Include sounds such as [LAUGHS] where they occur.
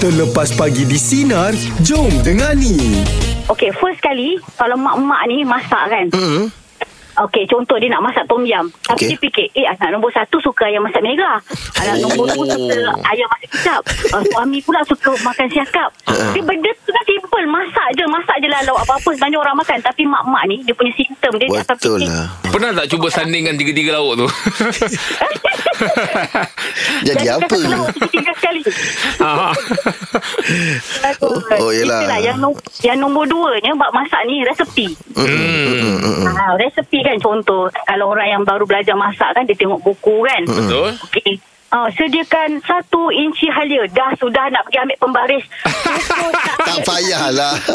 Terlepas pagi di Sinar, jom dengani. Okey, first kali kalau mak-mak ni masak kan. Hmm. Okey, contoh dia nak masak tom yam. Tapi Okey. dia fikir, eh anak nombor satu suka ayam masak merah. Anak nombor dua Oh. suka ayam masak kicap. Uh, suami pula suka makan siakap. Dia benda tu kan simple. Masak je, masak je lah lauk apa-apa. Sebenarnya orang makan. Tapi mak-mak ni, dia punya simptom. Dia tak Betul fikir, lah. Pernah tak cuba sandingkan tiga-tiga lauk tu? [LAUGHS] Jadi Jadi apa? Tiga sekali. Ah. Oh, oh, yelah. yang, nom- yang nombor duanya bab masak ni resepi. hmm. Ha, resepi kan contoh kalau orang yang baru belajar masak kan dia tengok buku kan. Betul? Okey. Uh, sediakan [LAUGHS] satu inci halia. Dah sudah nak pergi ambil pembaris. Terus nak Tak payahlah.